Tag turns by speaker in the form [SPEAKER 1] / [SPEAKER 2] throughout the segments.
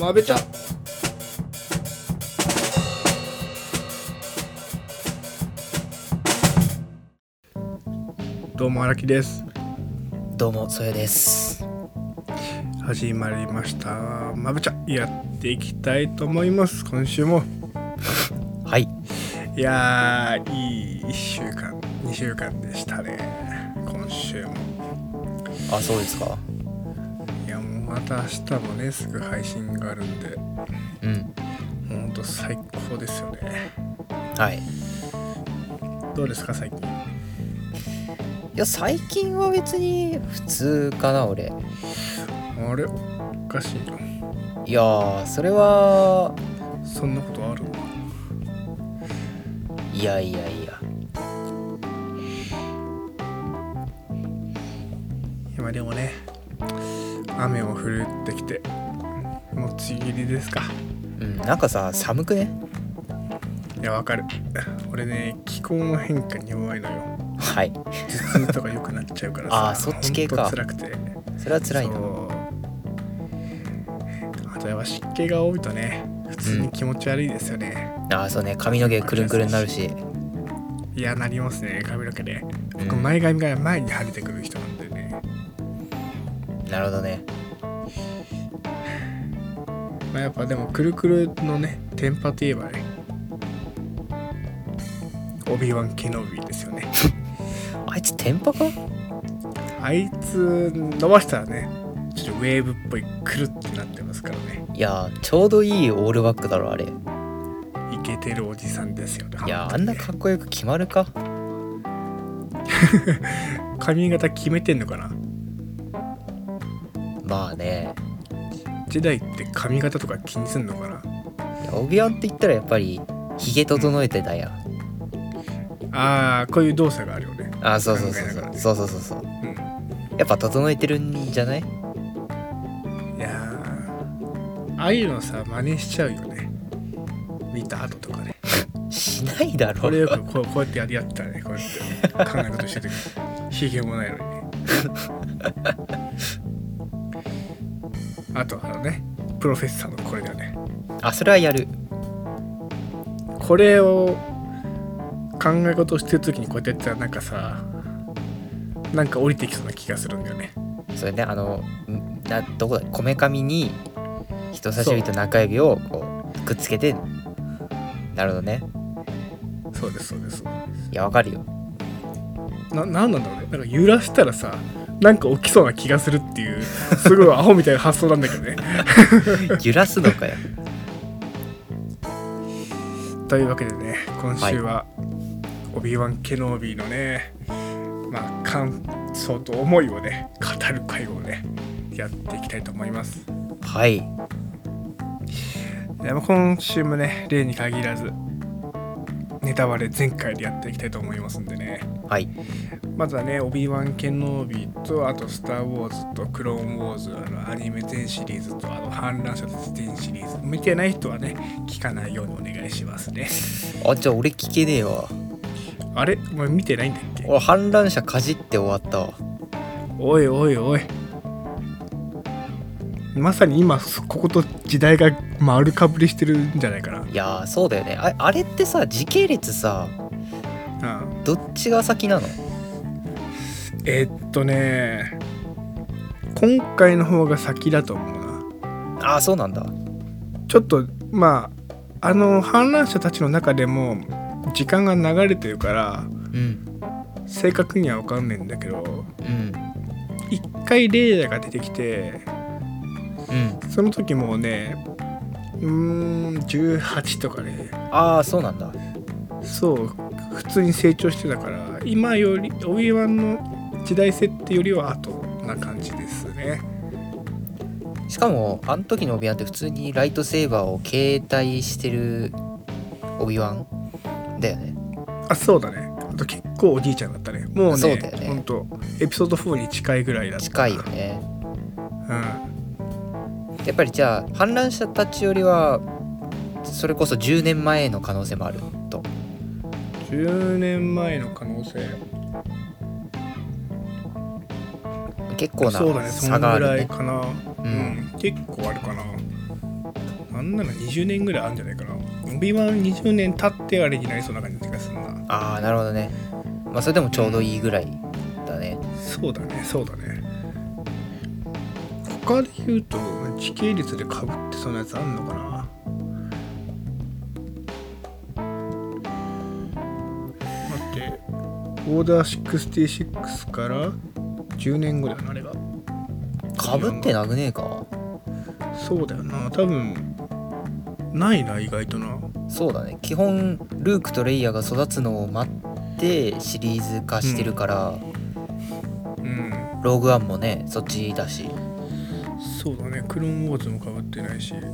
[SPEAKER 1] まべちゃどうも荒木です
[SPEAKER 2] どうも、そよです。
[SPEAKER 1] 始まりましたまべちゃやっていきたいと思います今週も
[SPEAKER 2] はい。
[SPEAKER 1] いやーいい1週間2週間でしたね今週も
[SPEAKER 2] あ、そうですか。
[SPEAKER 1] いやもうまた明日もねすぐ配信があるんでも
[SPEAKER 2] うん。
[SPEAKER 1] うほんと最高ですよね
[SPEAKER 2] はい。い
[SPEAKER 1] どうですか最近
[SPEAKER 2] や、最近は別に普通かな、俺。
[SPEAKER 1] あれおかしいない
[SPEAKER 2] やー、それは、
[SPEAKER 1] そんなことある
[SPEAKER 2] いやいやいや。
[SPEAKER 1] 今でもね雨も降ってきてもう梅雨入りですか
[SPEAKER 2] うん、なんかさ、寒くね
[SPEAKER 1] いやわかる 俺ね気候の変化に弱いのよ
[SPEAKER 2] はい。
[SPEAKER 1] 頭痛とか良くなっちゃうからさ
[SPEAKER 2] あーそっち系か
[SPEAKER 1] ほんと辛くて
[SPEAKER 2] それは辛いな。
[SPEAKER 1] そうあとやっぱ湿気が多いとね普通に気持ち悪いですよね、
[SPEAKER 2] あー、そうね、髪の毛くるんくるんになるし。
[SPEAKER 1] いやなりますね髪の毛ね僕
[SPEAKER 2] うん
[SPEAKER 1] 前髪が前に跳ねてくる人なんでね、
[SPEAKER 2] なるほどね。
[SPEAKER 1] まあ、やっぱでもくるくるのねテンパといえばねオビワン・ケノビーですよね
[SPEAKER 2] あいつ、テンパか
[SPEAKER 1] あいつ伸ばしたらねちょっとウェーブっぽいくるってなってますからね
[SPEAKER 2] いやー、ちょうどいいオールバックだろ、あれ。い
[SPEAKER 1] イケてるおじさんですよね本
[SPEAKER 2] やー、あ
[SPEAKER 1] 当に
[SPEAKER 2] ん
[SPEAKER 1] ね
[SPEAKER 2] なかっこよく決まるか
[SPEAKER 1] 髪型決めてんのかな
[SPEAKER 2] まあね。
[SPEAKER 1] 時代って髪型とか気にすんのかない
[SPEAKER 2] やオビワンって言ったらやっぱり、ヒゲ整えてたやん。
[SPEAKER 1] あーこういう動作があるよね
[SPEAKER 2] あー、そうそうそう
[SPEAKER 1] 考えな
[SPEAKER 2] そ
[SPEAKER 1] がら
[SPEAKER 2] う。
[SPEAKER 1] ね
[SPEAKER 2] そうそうそうそう。
[SPEAKER 1] うん
[SPEAKER 2] やっぱ整えてるんじゃない
[SPEAKER 1] いやーああいうのさ真似しちゃうよね見た後とかね
[SPEAKER 2] しないだろ
[SPEAKER 1] これよくこうこうやってやり合ってたらねこうやって考え事してる時ひげもないのにねあとあのねプロフェッサーのこれだよね
[SPEAKER 2] あそれはやる
[SPEAKER 1] これを考え事をしてる時にこうやってやったらなんかさなんか降りてきそうな気がするんだよね
[SPEAKER 2] それねあのんなどこだこめかみに人差し指と中指をこうくっつけてなるほどね
[SPEAKER 1] そうですそうです
[SPEAKER 2] いやわかる よ
[SPEAKER 1] ななんなんだろうねなんか揺らしたらさなんか起きそうな気がするっていうすごいアホみたいな発想なんだけどね
[SPEAKER 2] 揺らすのかよ
[SPEAKER 1] というわけでね今週はオビワン・ケノービーのねまあ感想と思いをね語る会をねやっていきたいと思います
[SPEAKER 2] はい
[SPEAKER 1] でまあ今週もね例に限らずネタバレ全開でやっていきたいと思いますんでね
[SPEAKER 2] はい
[SPEAKER 1] まずはね、オビワン・ケノービーと、あと、スター・ウォーズと、クローン・ウォーズ、あのアニメ全シリーズと、あの、反乱者たち全シリーズ。見てない人はね、聞かないようにお願いしますね。
[SPEAKER 2] あじゃあ俺聞けねえわ
[SPEAKER 1] あれお前見てないんだっけ
[SPEAKER 2] 俺反乱者かじって終わったわ
[SPEAKER 1] おいおいおい。まさに今、そここと時代が丸かぶりしてるんじゃないか
[SPEAKER 2] いやーそうだよねああれってさ時系列さ
[SPEAKER 1] な。うん。
[SPEAKER 2] どっちが先なの
[SPEAKER 1] えっとね、今回の方が先だと思うな。
[SPEAKER 2] あーそうなんだ
[SPEAKER 1] ちょっとまああの反乱者たちの中でも時間が流れてるから
[SPEAKER 2] うん
[SPEAKER 1] 正確には分かんないんだけど
[SPEAKER 2] うん
[SPEAKER 1] 一回レイヤーが出てきて
[SPEAKER 2] うん
[SPEAKER 1] その時もうねうーん18とかね
[SPEAKER 2] ああそうなんだ
[SPEAKER 1] そう普通に成長してたから今よりオビワンの時代設定よりは後な感じですね
[SPEAKER 2] しかもあの時のオビワンって普通にライトセーバーを携帯してるオビワンだよね
[SPEAKER 1] あそうだねあと結構おじいちゃんだったねもうね
[SPEAKER 2] そうだよね
[SPEAKER 1] ほんとエピソード4に近いぐらいだった
[SPEAKER 2] 近いよね
[SPEAKER 1] うん
[SPEAKER 2] やっぱりじゃあ反乱者たちよりはそれこそ10年前の可能性もあると
[SPEAKER 1] 10年前の可能性
[SPEAKER 2] 結構
[SPEAKER 1] そうだね
[SPEAKER 2] な
[SPEAKER 1] そ
[SPEAKER 2] 差
[SPEAKER 1] の
[SPEAKER 2] があ
[SPEAKER 1] ぐ
[SPEAKER 2] る
[SPEAKER 1] ら
[SPEAKER 2] ね
[SPEAKER 1] いかな、うん
[SPEAKER 2] ん
[SPEAKER 1] 結構あるかなあんなの20年ぐらいあるんじゃないかなオビワン20年経ってあれになりそうな感じがするな
[SPEAKER 2] ああなるほどねまあそれでもちょうどいいぐらいだね
[SPEAKER 1] そうだねそうだね他で言うと時系列でかぶってそのやつあんのかな待ってオーダー66から10年後だよなあれが
[SPEAKER 2] かぶってなくねえか
[SPEAKER 1] そうだよな多分ないな意外とな
[SPEAKER 2] そうだね基本ルークとレイヤーが育つのを待ってシリーズ化してるから、
[SPEAKER 1] うん
[SPEAKER 2] ローグワンもねそっちだし、
[SPEAKER 1] そうだねクローンウォーズもかぶってないしう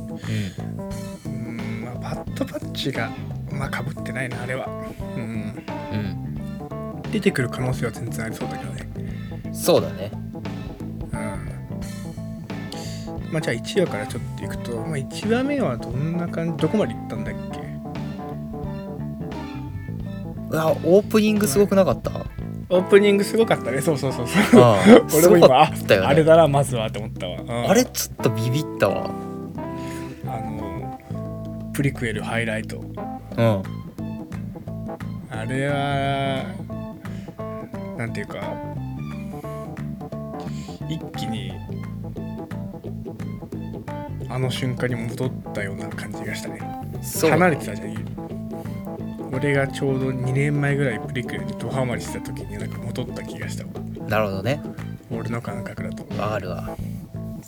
[SPEAKER 1] んまあバッドパッチがまあかぶってないなあれはうん
[SPEAKER 2] うん
[SPEAKER 1] 出てくる可能性は全然ありそうだけどね
[SPEAKER 2] そうだね
[SPEAKER 1] うんまあじゃあ1話からちょっといくと、まあ、1話目はどんな感じどこまで行ったんだっけ
[SPEAKER 2] うわオープニングすごくなかった、
[SPEAKER 1] オープニングすごかったねそうそうそうそう
[SPEAKER 2] ああ
[SPEAKER 1] 俺も
[SPEAKER 2] すご
[SPEAKER 1] 今、
[SPEAKER 2] かったよね
[SPEAKER 1] あれだなまずはって思ったわ、うん
[SPEAKER 2] あれちょっとビビったわ
[SPEAKER 1] あのプリクエルハイライト
[SPEAKER 2] うん
[SPEAKER 1] あれはなんていうか一気にあの瞬間に戻ったような感じがしたね
[SPEAKER 2] そう
[SPEAKER 1] 離れてたじゃん俺がちょうど2年前ぐらいプリクエルにドハマりしてた時になんか戻った気がしたわ
[SPEAKER 2] なるほどね
[SPEAKER 1] 俺の感覚だと
[SPEAKER 2] わかるわ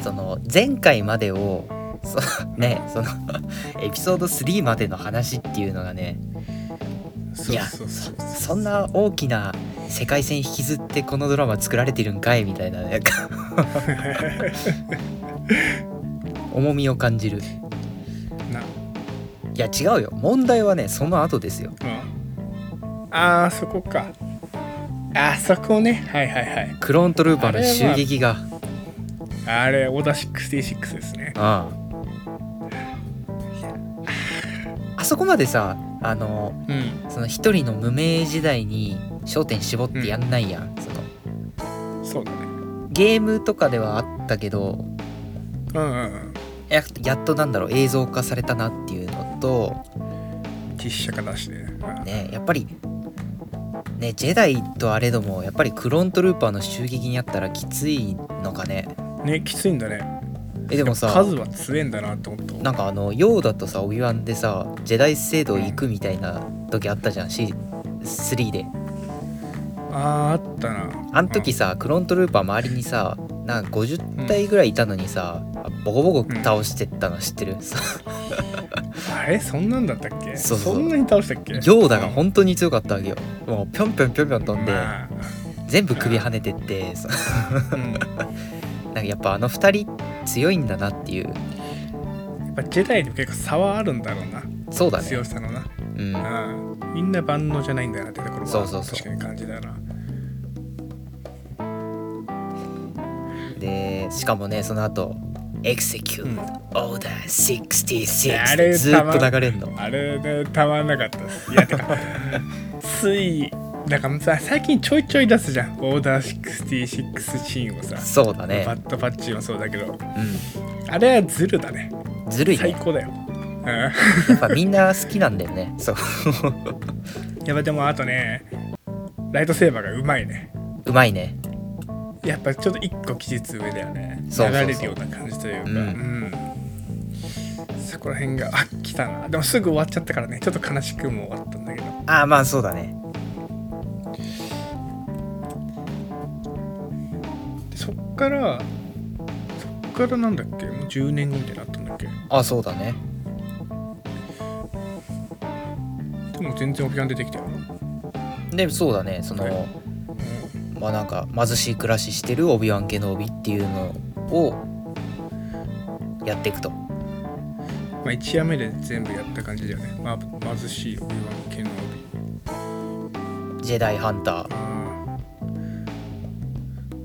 [SPEAKER 2] その前回までをそねその エピソード3までの話っていうのがね
[SPEAKER 1] そうそうそう
[SPEAKER 2] そんな大きな世界線引きずってこのドラマ作られてるんかいみたい ななんか重みを感じるい
[SPEAKER 1] な
[SPEAKER 2] や違うよ問題はねその後ですよ
[SPEAKER 1] うんああそこかあそこねはいはいはい
[SPEAKER 2] クローントルーパーの襲撃が
[SPEAKER 1] あれオーダー66ですね
[SPEAKER 2] ああそこまでさあの
[SPEAKER 1] うん
[SPEAKER 2] その一人の無名時代に焦点絞ってやんないやん、その
[SPEAKER 1] そうだね
[SPEAKER 2] ゲームとかではあったけど
[SPEAKER 1] うんうんうん
[SPEAKER 2] ややっとなんだろう映像化されたなっていうのと
[SPEAKER 1] 実写化だしねうん
[SPEAKER 2] ねやっぱりねジェダイとあれどもやっぱりクローントルーパーの襲撃にあったらきついのかね
[SPEAKER 1] ねきついんだね
[SPEAKER 2] えでもさ
[SPEAKER 1] 数は強えんだなって思った
[SPEAKER 2] なんかあのヨーダとさオビワンでさジェダイ制度行くみたいな時あったじゃん C3 で
[SPEAKER 1] あーあったな
[SPEAKER 2] あん時さクローントルーパー周りにさなんか50体ぐらいいたのにさボコボコ倒してったの知ってる、
[SPEAKER 1] うんあれそんなんだったっけ
[SPEAKER 2] そうそう
[SPEAKER 1] そんなに倒したっけ
[SPEAKER 2] ヨーダが本当に強かったわけよもうぴょんぴょんぴょんぴょん飛んで
[SPEAKER 1] まあ
[SPEAKER 2] 全部首跳ねてってそ
[SPEAKER 1] うんや
[SPEAKER 2] なんかやっぱあの2人強いんだなっていう
[SPEAKER 1] っぱジェダイにも結構差はあるんだろうな
[SPEAKER 2] そうだね
[SPEAKER 1] 強さのな
[SPEAKER 2] うん
[SPEAKER 1] うんみんな万能じゃないんだなってところは
[SPEAKER 2] そうそうそう
[SPEAKER 1] 確かに感じだな
[SPEAKER 2] でしかもねその後 Execute
[SPEAKER 1] うん
[SPEAKER 2] Order 66
[SPEAKER 1] あ
[SPEAKER 2] って
[SPEAKER 1] れ
[SPEAKER 2] ずーっと流れんの
[SPEAKER 1] あれでたまんなかったですいやてかついなんかさ最近ちょいちょい出すじゃんオーダー66シーンをさ、
[SPEAKER 2] そうだね
[SPEAKER 1] バッドパッチもそうだけど
[SPEAKER 2] う
[SPEAKER 1] あれはズルだね
[SPEAKER 2] んずるい
[SPEAKER 1] 最
[SPEAKER 2] ね
[SPEAKER 1] 高だよ、 う
[SPEAKER 2] やっぱみんな好きなんだよねそう
[SPEAKER 1] ん、やっぱでもあとねライトセーバーがうまいね
[SPEAKER 2] うまいね
[SPEAKER 1] やっぱちょっと一個期日上だよね
[SPEAKER 2] そうそうそう
[SPEAKER 1] 流れるような感じというか、う
[SPEAKER 2] う
[SPEAKER 1] んんそこら辺があ来たなでもすぐ終わっちゃったからねちょっと悲しくも終わったんだけど
[SPEAKER 2] ああまあそうだね
[SPEAKER 1] でそっからそっからなんだっけもう10年後みたいになったんだっけ
[SPEAKER 2] あそうだね
[SPEAKER 1] でも全然オビワン出てきたよな、
[SPEAKER 2] でそうだねその、
[SPEAKER 1] はい
[SPEAKER 2] まあなんか貧しい暮らししてるオビワン・ケノービっていうのをやっていくと
[SPEAKER 1] まあ、1夜目で全部やった感じだよね、まあ、貧しいオビワン系の
[SPEAKER 2] ジェダイハンター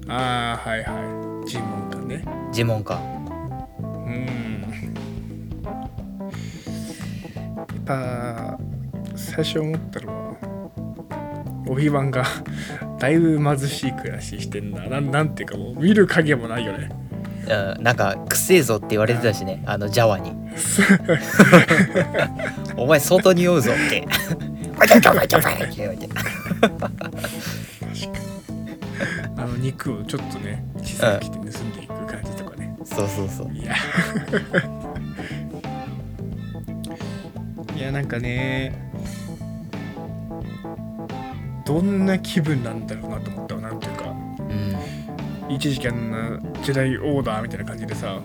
[SPEAKER 1] あーあーはいはい尋問官ね
[SPEAKER 2] 呪文か
[SPEAKER 1] うんやっぱ最初思ったのはオビワンがだいぶ貧しい暮らししてんななんなんていうかもう見る影もないよね
[SPEAKER 2] うん、なんかくせえぞって言われてたしねあのジャワにお前相当に酔うぞって。おいちょいちょいちょいちょいちょいちょい
[SPEAKER 1] あの肉をちょっとね小さく切って盗んでいく感じとかね
[SPEAKER 2] そうそうそう。
[SPEAKER 1] いや いやなんかねどんな気分なんだろうなと思ったわなんていうか
[SPEAKER 2] うん。
[SPEAKER 1] 一時期あんなジェダイオーダーみたいな感じでさ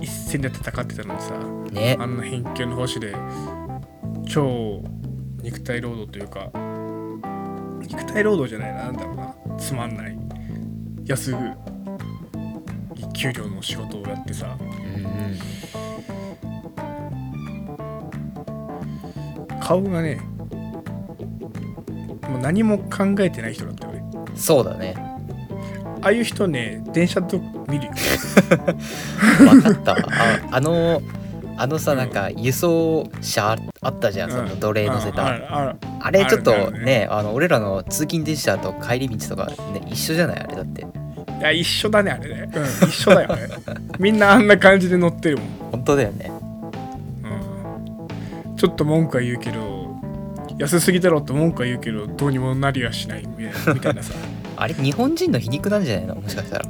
[SPEAKER 1] 一戦で戦ってたのにさ
[SPEAKER 2] うん、ね
[SPEAKER 1] あ。んな偏見の星で超肉体労働というか肉体労働じゃないななんだろうなつまんない安い給料の仕事をやってさ
[SPEAKER 2] うんうん。
[SPEAKER 1] 顔がねもう何も考えてない人だったよね
[SPEAKER 2] そうだね。
[SPEAKER 1] ああいう人ね電車と見るよ
[SPEAKER 2] わかったわ。ああの、あのさ、なんか輸送車あったじゃん、その奴隷乗せた。
[SPEAKER 1] うんあああ
[SPEAKER 2] あれちょ
[SPEAKER 1] あ
[SPEAKER 2] っ
[SPEAKER 1] る
[SPEAKER 2] と
[SPEAKER 1] ねある
[SPEAKER 2] ね、あの俺らの通勤電車と帰り道とかね、一緒じゃないあれだって。
[SPEAKER 1] いや一緒だねあれね、うん、一緒だよねみんなあんな感じで乗ってるもん
[SPEAKER 2] 本当だよね。
[SPEAKER 1] うんちょっと文句は言うけど安すぎだろって文句は言うけどどうにもなりはしないみたいなみたいなさ
[SPEAKER 2] あれ日本人の皮肉なんじゃないのもしかしたら。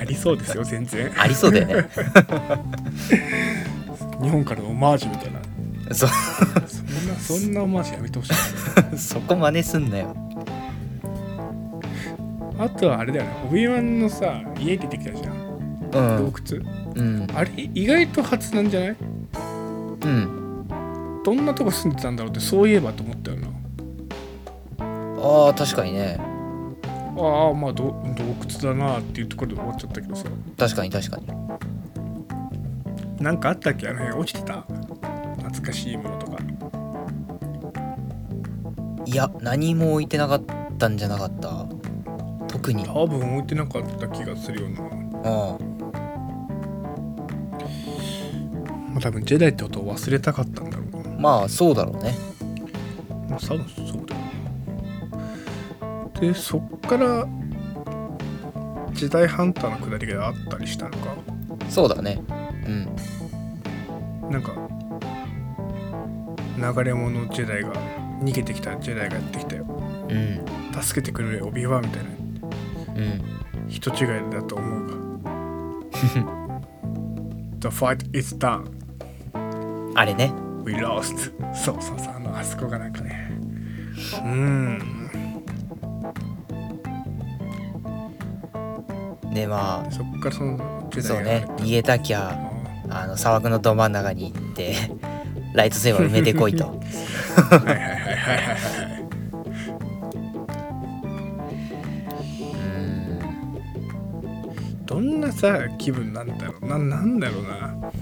[SPEAKER 1] ありそうですよ全然
[SPEAKER 2] ありそうだよ ね。
[SPEAKER 1] 日本からのオマージュみたいな
[SPEAKER 2] そ
[SPEAKER 1] そんなそんなオマージュやめてほしい
[SPEAKER 2] そこ真似すんなよ。
[SPEAKER 1] あとはあれだよねオビワンのさ家出てきたじゃん
[SPEAKER 2] う
[SPEAKER 1] 洞
[SPEAKER 2] ん。
[SPEAKER 1] 窟、
[SPEAKER 2] うん。
[SPEAKER 1] あれ意外と初なんじゃない
[SPEAKER 2] うん。
[SPEAKER 1] どんなとこ住んでたんだろうってそういえばと思ったよな
[SPEAKER 2] ああ、確かにね。
[SPEAKER 1] ああまあど洞窟だなっていうところで終わっちゃったけどさ
[SPEAKER 2] 確かに確かに。
[SPEAKER 1] なんかあったっけあの辺落ちてた懐かしいものとか
[SPEAKER 2] いや、何も置いてなかったんじゃなかった。特に。
[SPEAKER 1] 多分置いてなかった気がするよな
[SPEAKER 2] うん。
[SPEAKER 1] まあ多分ジェダイってことを忘れたかったんだろうな。
[SPEAKER 2] まあ、そうだろうね。
[SPEAKER 1] まあ多分そうだよな。で、そっから、ジェダイハンターの下りがあったりしたのか。
[SPEAKER 2] そうだね。うん。
[SPEAKER 1] なんか、流れ物ジェダイが、逃げてきたジェダイがやってきたよ。
[SPEAKER 2] うん。
[SPEAKER 1] 助けてくれるオビワンみたいな。
[SPEAKER 2] うん。
[SPEAKER 1] 人違いだと思うが。The fight is done.
[SPEAKER 2] あれね。
[SPEAKER 1] We lost. そうそうそう、あの、あそこがなんかね。うーん。
[SPEAKER 2] で、まあ、
[SPEAKER 1] そっからそのジェ
[SPEAKER 2] そ
[SPEAKER 1] ダ
[SPEAKER 2] う
[SPEAKER 1] イ
[SPEAKER 2] ね。逃げたきゃ。
[SPEAKER 1] あ
[SPEAKER 2] あの砂漠のど真ん中に行ってライトセーバー埋めてこ いと
[SPEAKER 1] ーはいはいはいはいはいはいう
[SPEAKER 2] ーん
[SPEAKER 1] どんなさ気分なんだろうななんだろうなだ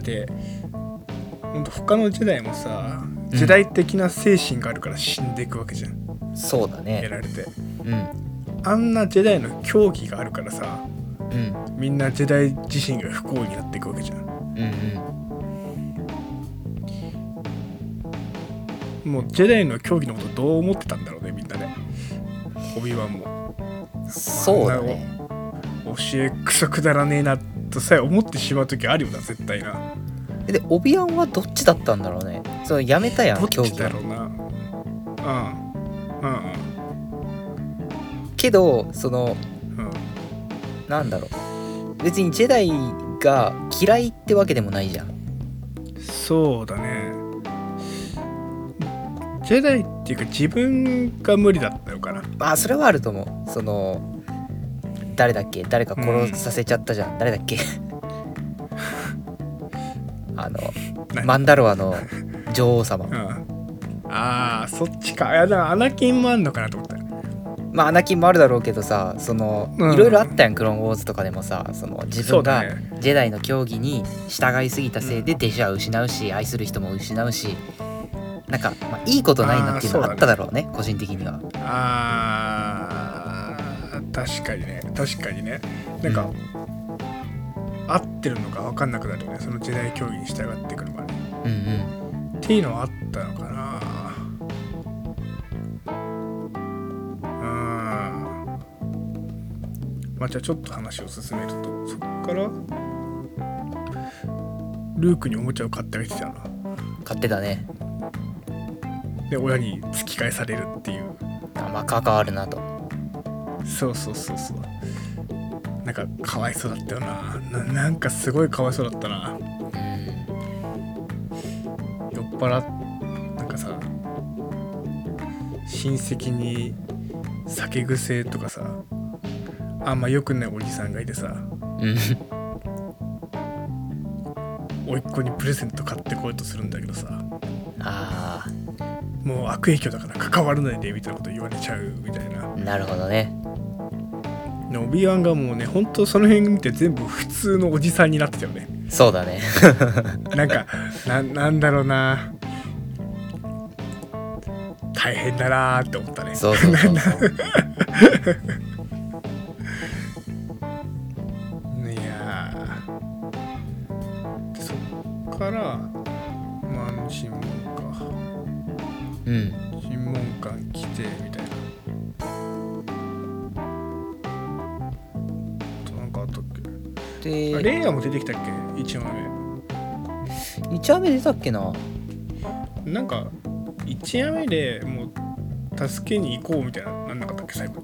[SPEAKER 1] ってほんと他のジェダイもさジェダイ的な精神があるから死んでいくわけじゃん、
[SPEAKER 2] そうだ
[SPEAKER 1] や
[SPEAKER 2] ね
[SPEAKER 1] られて
[SPEAKER 2] うん
[SPEAKER 1] あんなジェダイの狂気があるからさ
[SPEAKER 2] うん
[SPEAKER 1] みんなジェダイ自身が不幸になっていくわけじゃん
[SPEAKER 2] うんうん
[SPEAKER 1] もうジェダイの狂気のことどう思ってたんだろうねみんなねオビワンも
[SPEAKER 2] そうだね
[SPEAKER 1] 教えくそくだらねえなとさえ思ってしまう時あるよな絶対な
[SPEAKER 2] でオビアンはどっちだったんだろうねそのやめたや
[SPEAKER 1] ど
[SPEAKER 2] ん
[SPEAKER 1] っ
[SPEAKER 2] 競
[SPEAKER 1] ち
[SPEAKER 2] 技
[SPEAKER 1] だ
[SPEAKER 2] を
[SPEAKER 1] ろうな。うん。う
[SPEAKER 2] けどその
[SPEAKER 1] んうん。
[SPEAKER 2] なんだろう別にジェダイが嫌いってわけでもないじゃん
[SPEAKER 1] うん。そうだね。ジェダイっていうか自分が無理だったのかな。
[SPEAKER 2] まあそれはあると思うその誰だっけ誰か殺させちゃったじゃん、誰だ っけあの
[SPEAKER 1] 何
[SPEAKER 2] マンダロアの女王様
[SPEAKER 1] うん。ああ、そっちか。いやだからアナキンもあんのかなと思った。
[SPEAKER 2] まあアナキンもあるだろうけどさその
[SPEAKER 1] うん
[SPEAKER 2] いろいろあったやん、クローンウォーズとかでもさその自
[SPEAKER 1] そう
[SPEAKER 2] 分
[SPEAKER 1] だ
[SPEAKER 2] が
[SPEAKER 1] ね。
[SPEAKER 2] ジェダイの教義に従いすぎたせいで弟子は失うし愛する人も失うしなんか、まあ、いいことないなっていうの
[SPEAKER 1] あー
[SPEAKER 2] はあっただろうね個人的には
[SPEAKER 1] ああ、確かにね。確かにね。なんか、
[SPEAKER 2] う
[SPEAKER 1] 合ってるのか分かんなくなるよね。そのジェダイ競技に従ってくるまで。
[SPEAKER 2] うんうん
[SPEAKER 1] っていうのはあったのかなうんまあじゃあちょっと話を進めるとそっからルークにおもちゃを買ってあげてたな
[SPEAKER 2] 買ってたね
[SPEAKER 1] で親に突き返されるっていう
[SPEAKER 2] あまあ関わるなと
[SPEAKER 1] そうそうそうそうなんかかわいそうだったよなななんかすごいかわいそうだったな
[SPEAKER 2] うん
[SPEAKER 1] 酔っ払っなんかさ親戚に酒癖とかさあんま良くないおじさんがいてさ
[SPEAKER 2] うん
[SPEAKER 1] 甥っ子にプレゼント買ってこようとするんだけどさ
[SPEAKER 2] あ
[SPEAKER 1] もう悪影響だから関わらないでみたいなこと言われちゃうみたいな
[SPEAKER 2] あなるほどね
[SPEAKER 1] でオビワンがもうねほんとその辺見て全部普通のおじさんになってたよね
[SPEAKER 2] そうだ ね
[SPEAKER 1] なんかななんだろうな大変だなーって思ったね
[SPEAKER 2] そうそうそうそう
[SPEAKER 1] いやーでそっから、まあ、あの尋問か
[SPEAKER 2] うん
[SPEAKER 1] 尋問官来てみたいなあとなんかあったっけあ
[SPEAKER 2] で
[SPEAKER 1] レイヤーも出てきたっけ1話
[SPEAKER 2] 1話目出たっけな
[SPEAKER 1] 目なんか1話目でもう助けに行こうみたいななんなかったっけ最後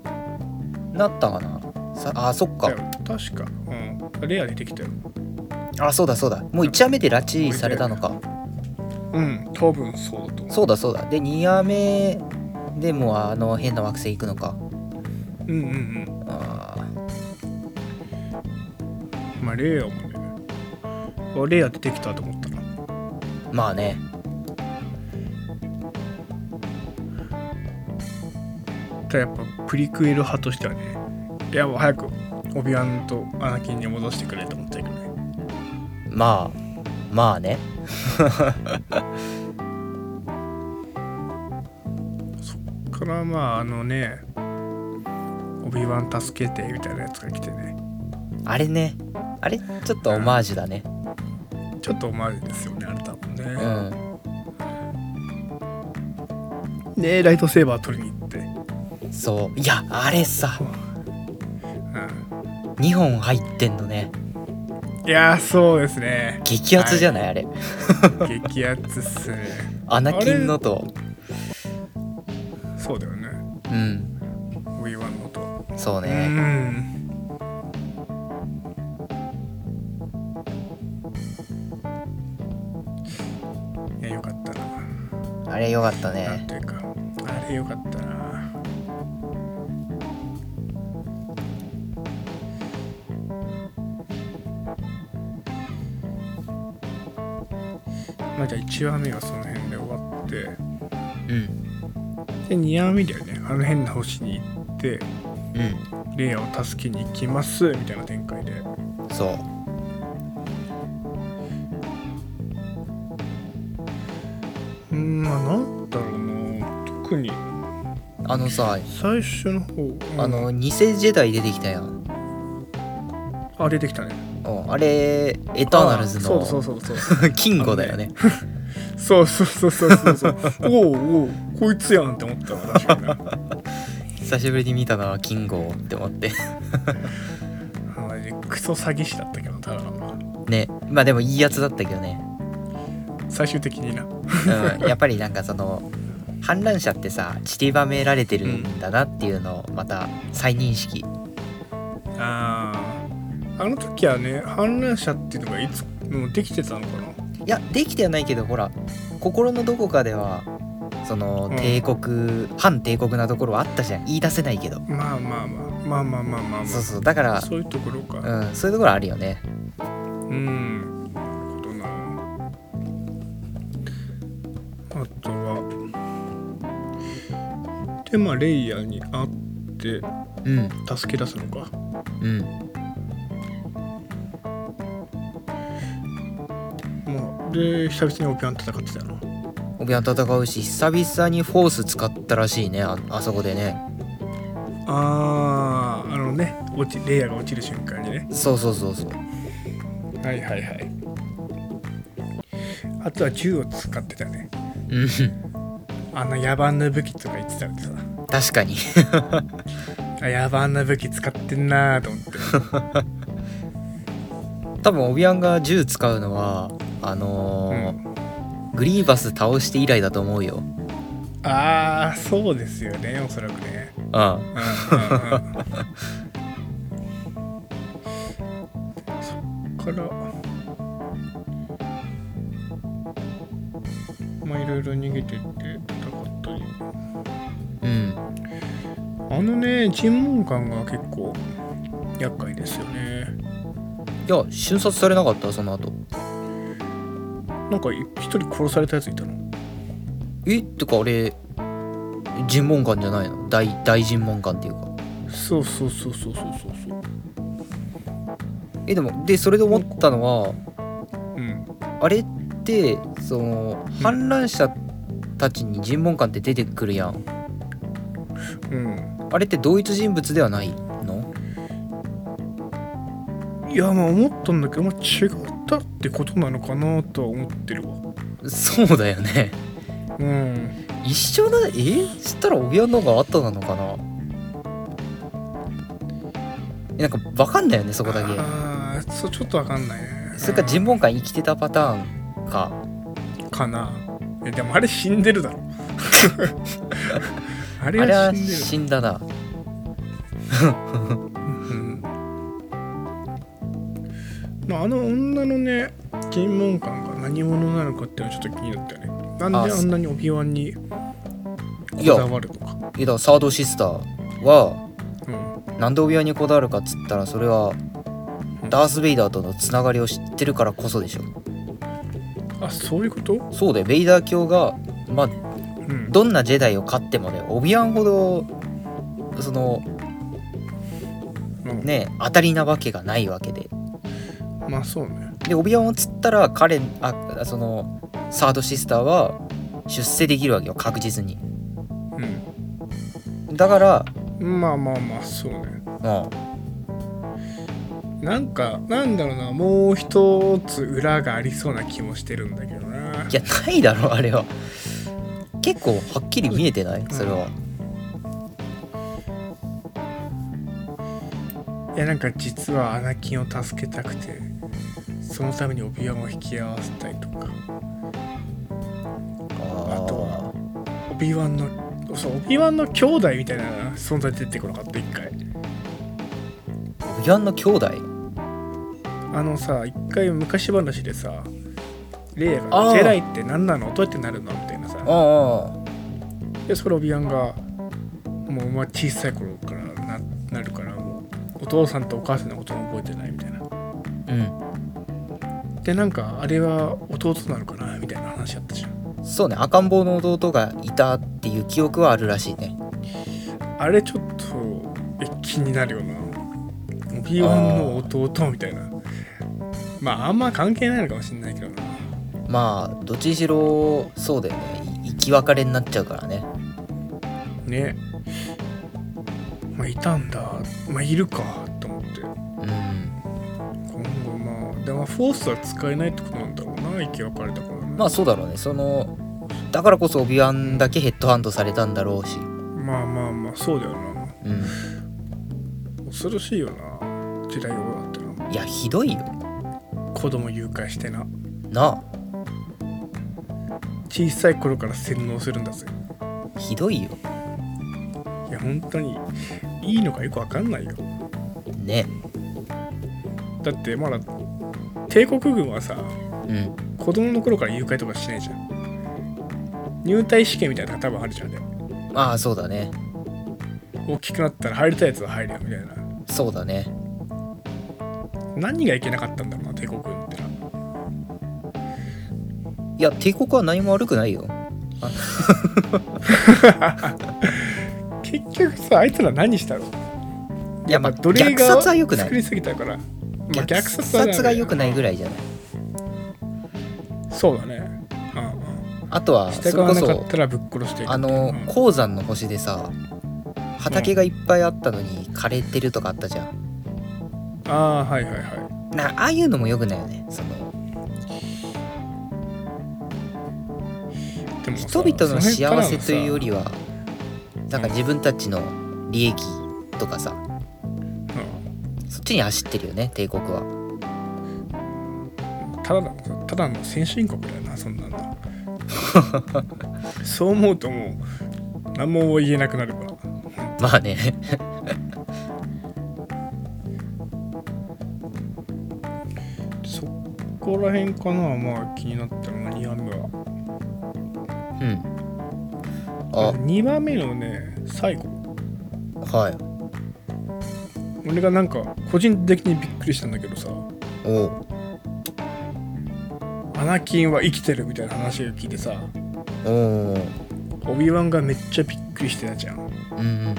[SPEAKER 2] なったかなさあそっか
[SPEAKER 1] だよ確かうんレイヤー出てきたよ
[SPEAKER 2] あそうだそうだもう1話目で拉致されたのか
[SPEAKER 1] うん多分そうだと思
[SPEAKER 2] そうだそうだで2話目でもうあの変な惑星行くのか
[SPEAKER 1] ううんうんうん
[SPEAKER 2] あー
[SPEAKER 1] まあ、レイヤーもね。あ、レイヤー出てきたと思ったな。
[SPEAKER 2] まあね
[SPEAKER 1] ただやっぱ、プリクエル派としてはね、いや、もう早く、オビワンとアナキンに戻してくれと思ったけどね。
[SPEAKER 2] まあまあね
[SPEAKER 1] そっから、まあ、あのね、オビワン助けてみたいなやつが来てね、
[SPEAKER 2] あれねあれちょっとオマージュだね
[SPEAKER 1] ちょっとオマージュですよね、あれ多分
[SPEAKER 2] う
[SPEAKER 1] ね。
[SPEAKER 2] ん
[SPEAKER 1] で、ライトセーバー取りに行って。
[SPEAKER 2] そういやあれさ
[SPEAKER 1] う
[SPEAKER 2] 2本入ってんのね
[SPEAKER 1] ん。いやー、そうですね。
[SPEAKER 2] 激アツじゃないあれ
[SPEAKER 1] 激アツっすね。
[SPEAKER 2] アナキンのと
[SPEAKER 1] そうだよね、
[SPEAKER 2] うん
[SPEAKER 1] オビワンのと。
[SPEAKER 2] そう
[SPEAKER 1] う
[SPEAKER 2] ね
[SPEAKER 1] ん。いやよかったな。
[SPEAKER 2] あれよかった
[SPEAKER 1] なん
[SPEAKER 2] ね
[SPEAKER 1] ていうか、あれよかったな。まあじゃあ1話目はその辺で終わって、
[SPEAKER 2] うん
[SPEAKER 1] で2話目だよね、あの変な星に行って、
[SPEAKER 2] う
[SPEAKER 1] レイヤーを助けに行きますみたいな展開で。
[SPEAKER 2] んそう
[SPEAKER 1] うんまあなんだろうな特に
[SPEAKER 2] あのさ
[SPEAKER 1] 最初の方、
[SPEAKER 2] あの偽ジェダイ出てきたやん
[SPEAKER 1] あ出てきたね
[SPEAKER 2] うんあれエターナルズ
[SPEAKER 1] あそう
[SPEAKER 2] の
[SPEAKER 1] そうそうそう
[SPEAKER 2] 金庫だよね
[SPEAKER 1] そうそうそうそうそうそうおうおうこいつやんって思ったわ確かにな
[SPEAKER 2] 久しぶりに見たな金庫って思って
[SPEAKER 1] あれクソ詐欺師だったけどただの
[SPEAKER 2] ねまあでもいいやつだったけどね、
[SPEAKER 1] 最終的にな
[SPEAKER 2] うん、やっぱりなんかその反乱者ってさ散りばめられてるんだなっていうのをまた再認識
[SPEAKER 1] あーあの時はね反乱者っていうのがいつもうできてたのか
[SPEAKER 2] いやできてはないけどほら心のどこかではその
[SPEAKER 1] うん
[SPEAKER 2] 帝国、反帝国なところはあったじゃん言い出せないけど
[SPEAKER 1] なまあまあまあまあまあまあまあま
[SPEAKER 2] そうそうだか
[SPEAKER 1] あ
[SPEAKER 2] ら
[SPEAKER 1] そういうところか
[SPEAKER 2] うんそういうところあるよね
[SPEAKER 1] うん。なるほどな。あとは。で、まあ、レイヤーに会って
[SPEAKER 2] うん
[SPEAKER 1] 助け出すのか。
[SPEAKER 2] うん
[SPEAKER 1] まあ、で、久々にオピアン戦ってたの。
[SPEAKER 2] オビアン戦うし久々にフォース使ったらしいねああそこでね
[SPEAKER 1] あー、あのね、落ちレイヤーが落ちる瞬間にね。
[SPEAKER 2] そうそうそうそう
[SPEAKER 1] はいはいはい。あとは銃を使ってたね。
[SPEAKER 2] うん
[SPEAKER 1] あの野蛮な武器とか言ってたんでさ。
[SPEAKER 2] 確かに
[SPEAKER 1] あ、野蛮な武器使ってんなーと思って。
[SPEAKER 2] 多分オビアンが銃使うのはあの
[SPEAKER 1] ん、
[SPEAKER 2] ーグリーバス倒して以来だと思うよ
[SPEAKER 1] ああそうですよねおそらくね
[SPEAKER 2] う
[SPEAKER 1] う
[SPEAKER 2] ん
[SPEAKER 1] んうんうんそっからまあいろいろ逃げてってたかったり
[SPEAKER 2] うん
[SPEAKER 1] あのね尋問官が結構厄介ですよね
[SPEAKER 2] いや瞬殺されなかったその後
[SPEAKER 1] なんかい一人殺されたやついたの
[SPEAKER 2] えってかあれ尋問官じゃないの大大尋問官っていうか
[SPEAKER 1] そうそうそうそうそうそうそ
[SPEAKER 2] えでもでそれで思ったのは
[SPEAKER 1] ううん
[SPEAKER 2] あれってその反乱者たちに尋問官って出てくるやん
[SPEAKER 1] うん
[SPEAKER 2] あれって同一人物ではないの
[SPEAKER 1] いやまあ思ったんだけど、まあ、違ったってことなのかなとは思ってるわ
[SPEAKER 2] そうだよね
[SPEAKER 1] うん
[SPEAKER 2] 一緒だえしたら帯屋の方が後なのかなえなんかわかんないよねそこだけ
[SPEAKER 1] ああそうちょっとわかんないね
[SPEAKER 2] それか尋問官生きてたパターンか
[SPEAKER 1] うんかなえでもあれ死んでるだろ あれ
[SPEAKER 2] あれ
[SPEAKER 1] は
[SPEAKER 2] は
[SPEAKER 1] 死んでる
[SPEAKER 2] 死んだな
[SPEAKER 1] うんまああの女のね尋問官が何者なのかっていうのはちょっと気になったよねなん
[SPEAKER 2] あ
[SPEAKER 1] であんなにオビワンにこ
[SPEAKER 2] いや
[SPEAKER 1] だわるのか
[SPEAKER 2] えだからサードシスターは
[SPEAKER 1] うん
[SPEAKER 2] なんで帯屋にこだわるかっつったらそれはダース・ベイダーとのつながりを知ってるからこそでしょ
[SPEAKER 1] あそういうこと
[SPEAKER 2] そうだよベイダー教がまあ
[SPEAKER 1] うん
[SPEAKER 2] どんなジェダイを勝ってもねオビアンほどその
[SPEAKER 1] うん
[SPEAKER 2] ね当たりなわけがないわけで
[SPEAKER 1] まあそうね
[SPEAKER 2] でオビアンを釣ったら彼あそのサードシスターは出世できるわけよ確実にだから
[SPEAKER 1] うんまあまあまあそうね
[SPEAKER 2] も
[SPEAKER 1] なんかなんだろうなもう一つ裏がありそうな気もしてるんだけどな
[SPEAKER 2] ういやないだろあ れは結構はっきり見えてないそれは、
[SPEAKER 1] いやなんか実はアナキンを助けたくてそのためにオビワンを引き合わせたりとか
[SPEAKER 2] あ
[SPEAKER 1] あと
[SPEAKER 2] は
[SPEAKER 1] オビワンのそうオビワンの兄弟みたいな存在出てこなかった一回
[SPEAKER 2] オビアンの兄弟
[SPEAKER 1] あのさ一回昔話でさレイヤ
[SPEAKER 2] あ
[SPEAKER 1] が「
[SPEAKER 2] ー
[SPEAKER 1] ジェダイって何なのどうやってなるの?」みたいなさ
[SPEAKER 2] あ
[SPEAKER 1] でそれオビアンがもうまあ小さい頃からななるからもうお父さんとお母さんのことも覚えてないみたいな
[SPEAKER 2] あうん
[SPEAKER 1] でなんかあれは弟なのかなみたいな話あったじゃん
[SPEAKER 2] そうね赤ん坊の弟がいたっていう記憶はあるらしいね
[SPEAKER 1] あれちょっとえ気になるよなオビアンの弟みたいなまああんま関係ないのかもしれないけどな
[SPEAKER 2] まあどっちにしろそうだよねい生き別れになっちゃうからね
[SPEAKER 1] ねまあいたんだまあいるかと思って
[SPEAKER 2] うん
[SPEAKER 1] 今後まあでもフォースは使えないってことなんだろうな生き別れたからね
[SPEAKER 2] まあそうだろうねそのだからこそオビワンだけヘッドハンドされたんだろうし
[SPEAKER 1] まあまあまあそうだよな
[SPEAKER 2] うん
[SPEAKER 1] 恐ろしいよな時代をだってない
[SPEAKER 2] やひどいよ
[SPEAKER 1] 子供誘拐してな
[SPEAKER 2] な
[SPEAKER 1] 小さい頃から洗脳するんだぜ
[SPEAKER 2] あひどいよ
[SPEAKER 1] いや本当にいいのかよくわかんないよ
[SPEAKER 2] ね
[SPEAKER 1] だってまだ帝国軍はさ
[SPEAKER 2] うん
[SPEAKER 1] 子供の頃から誘拐とかしないじゃん入隊試験みたいなのが多分あるじゃんね
[SPEAKER 2] まあそうだね
[SPEAKER 1] 大きくなったら入りたいやつは入るよみたいな
[SPEAKER 2] そうだね
[SPEAKER 1] 何がいけなかったんだろうな帝国軍ってない
[SPEAKER 2] や帝国は何も悪くないよ
[SPEAKER 1] 結局さあいつら何したろ
[SPEAKER 2] いやまあ
[SPEAKER 1] 奴隷
[SPEAKER 2] 虐
[SPEAKER 1] が
[SPEAKER 2] 殺は良くな
[SPEAKER 1] 作
[SPEAKER 2] い
[SPEAKER 1] りすぎたから、まあ
[SPEAKER 2] 虐殺が良くないぐらいじゃない
[SPEAKER 1] そうだねうんうん
[SPEAKER 2] あとはそれ
[SPEAKER 1] 従わ
[SPEAKER 2] こ
[SPEAKER 1] なか
[SPEAKER 2] そ
[SPEAKER 1] ったらぶっ殺していく
[SPEAKER 2] あの
[SPEAKER 1] うん
[SPEAKER 2] 鉱山の星でさ畑がいっぱいあったのに枯れてるとかあったじゃん
[SPEAKER 1] ああーはいはいは
[SPEAKER 2] なああいうのもよくないよねその
[SPEAKER 1] いでもさ
[SPEAKER 2] 人々の幸せというよ
[SPEAKER 1] り、
[SPEAKER 2] りはなんか自分たちの利益とかさ
[SPEAKER 1] うん
[SPEAKER 2] そっちに走ってるよね帝国は
[SPEAKER 1] ただのただの先進国だ よなそんなのそう思うともう何も言えなくなるから
[SPEAKER 2] まあね
[SPEAKER 1] そこら辺かなまあ気になったのが2番目は
[SPEAKER 2] うんあ
[SPEAKER 1] 2番目のね最後
[SPEAKER 2] はい
[SPEAKER 1] 俺がなんか個人的にびっくりしたんだけどさ
[SPEAKER 2] おう
[SPEAKER 1] アナキンは生きてるみたいな話を聞いてさ
[SPEAKER 2] おう
[SPEAKER 1] オビワンがめっちゃびっくりしてたじゃん
[SPEAKER 2] うん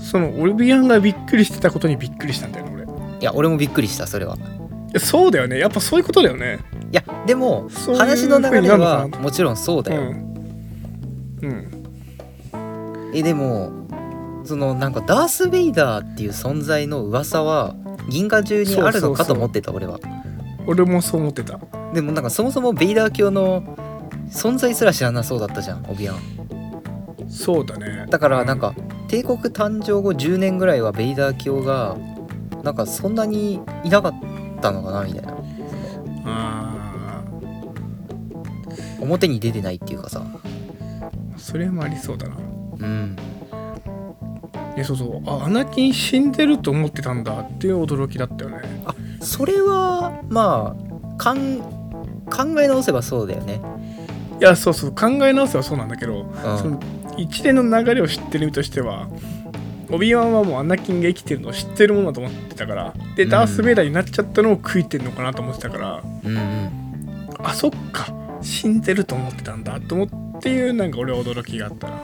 [SPEAKER 1] そのオビワンがびっくりしてたことにびっくりしたんだよね俺い
[SPEAKER 2] いや俺もびっくりしたそれは
[SPEAKER 1] やそうだよねやっぱそういうことだよね
[SPEAKER 2] いやでも
[SPEAKER 1] そういう
[SPEAKER 2] 話の流れ
[SPEAKER 1] 風
[SPEAKER 2] は
[SPEAKER 1] になるのか
[SPEAKER 2] もちろんそうだ
[SPEAKER 1] う
[SPEAKER 2] よ、
[SPEAKER 1] んうん
[SPEAKER 2] えでもそのなんかダース・ベイダーっていう存在の噂は銀河中にあるのかと思ってた俺は
[SPEAKER 1] 俺もそう思ってた
[SPEAKER 2] でもなんかそもそもベイダー教の存在すら知らなそうだったじゃんオビアン
[SPEAKER 1] そうだね
[SPEAKER 2] だからなんか帝国誕生後10年ぐらいはベイダー教がなんかそんなにいなかったのかなみたいな
[SPEAKER 1] うんあ
[SPEAKER 2] 表に出てないっていうかさ
[SPEAKER 1] ーそれもありそうだな
[SPEAKER 2] うん
[SPEAKER 1] えそうそうあアナキン死んでると思ってたんだっていう驚きだったよね
[SPEAKER 2] それはまあかん考え直せばそうだよね
[SPEAKER 1] いやそうそう考え直せばそうなんだけど、
[SPEAKER 2] う
[SPEAKER 1] そ
[SPEAKER 2] ん
[SPEAKER 1] の一連の流れを知ってる身としてはオビワンはもうアナキンが生きてるのを知ってるものだと思ってたからで、
[SPEAKER 2] うん
[SPEAKER 1] ダース・ベイダーになっちゃったのを食いてんのかなと思ってたから
[SPEAKER 2] うんうん
[SPEAKER 1] あそっか死んでると思ってたんだと思っていうなんか俺は驚きがあったな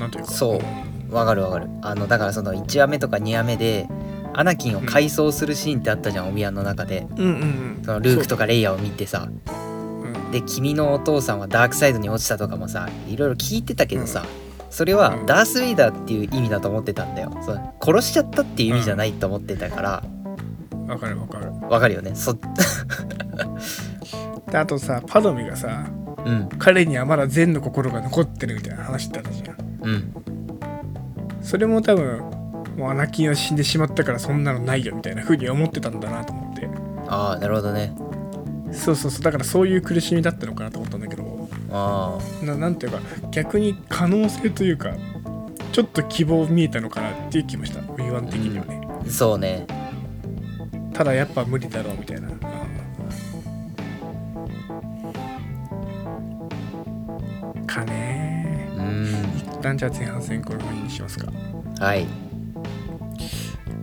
[SPEAKER 1] なんというか
[SPEAKER 2] そうわかるわかるあのだからその1話目とか2話目でアナキンを回想するシーンってあったじゃん、オビアンの中で
[SPEAKER 1] うんうんうん
[SPEAKER 2] そのルークと
[SPEAKER 1] か
[SPEAKER 2] かレイヤーを見てさで君のお父さんはダークサイドに落ちたとかもさいろいろ聞いてたけどさ、それは
[SPEAKER 1] うん
[SPEAKER 2] ダース・ウェイダーっていう意味だと思ってたんだよそう殺しちゃったっていう意味じゃないと思ってたから
[SPEAKER 1] わかるわかる
[SPEAKER 2] わかるよねそ
[SPEAKER 1] であとさパドミがさ
[SPEAKER 2] うん
[SPEAKER 1] 彼にはまだ善の心が残ってるみたいな話だったじゃん
[SPEAKER 2] うん
[SPEAKER 1] それも多分もうアナキンは死んでしまったからそんなのないよみたいな風に思ってたんだなと思って
[SPEAKER 2] ああなるほどね
[SPEAKER 1] そうそうそうだからそういう苦しみだったのかなと思ったんだけど
[SPEAKER 2] ああ
[SPEAKER 1] ななんていうか逆に可能性というかちょっと希望見えたのかなっていう気もした V1 的にはね、
[SPEAKER 2] そうね
[SPEAKER 1] ただやっぱ無理だろうみたいな、うんかね
[SPEAKER 2] うん
[SPEAKER 1] 一旦じゃあ前半戦こういう風にしますか
[SPEAKER 2] はい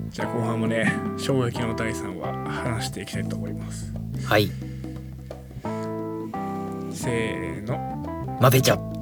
[SPEAKER 1] じゃあ後半もね衝撃の第3話話していきたいと思います
[SPEAKER 2] はい
[SPEAKER 1] せーの
[SPEAKER 2] まべちゃん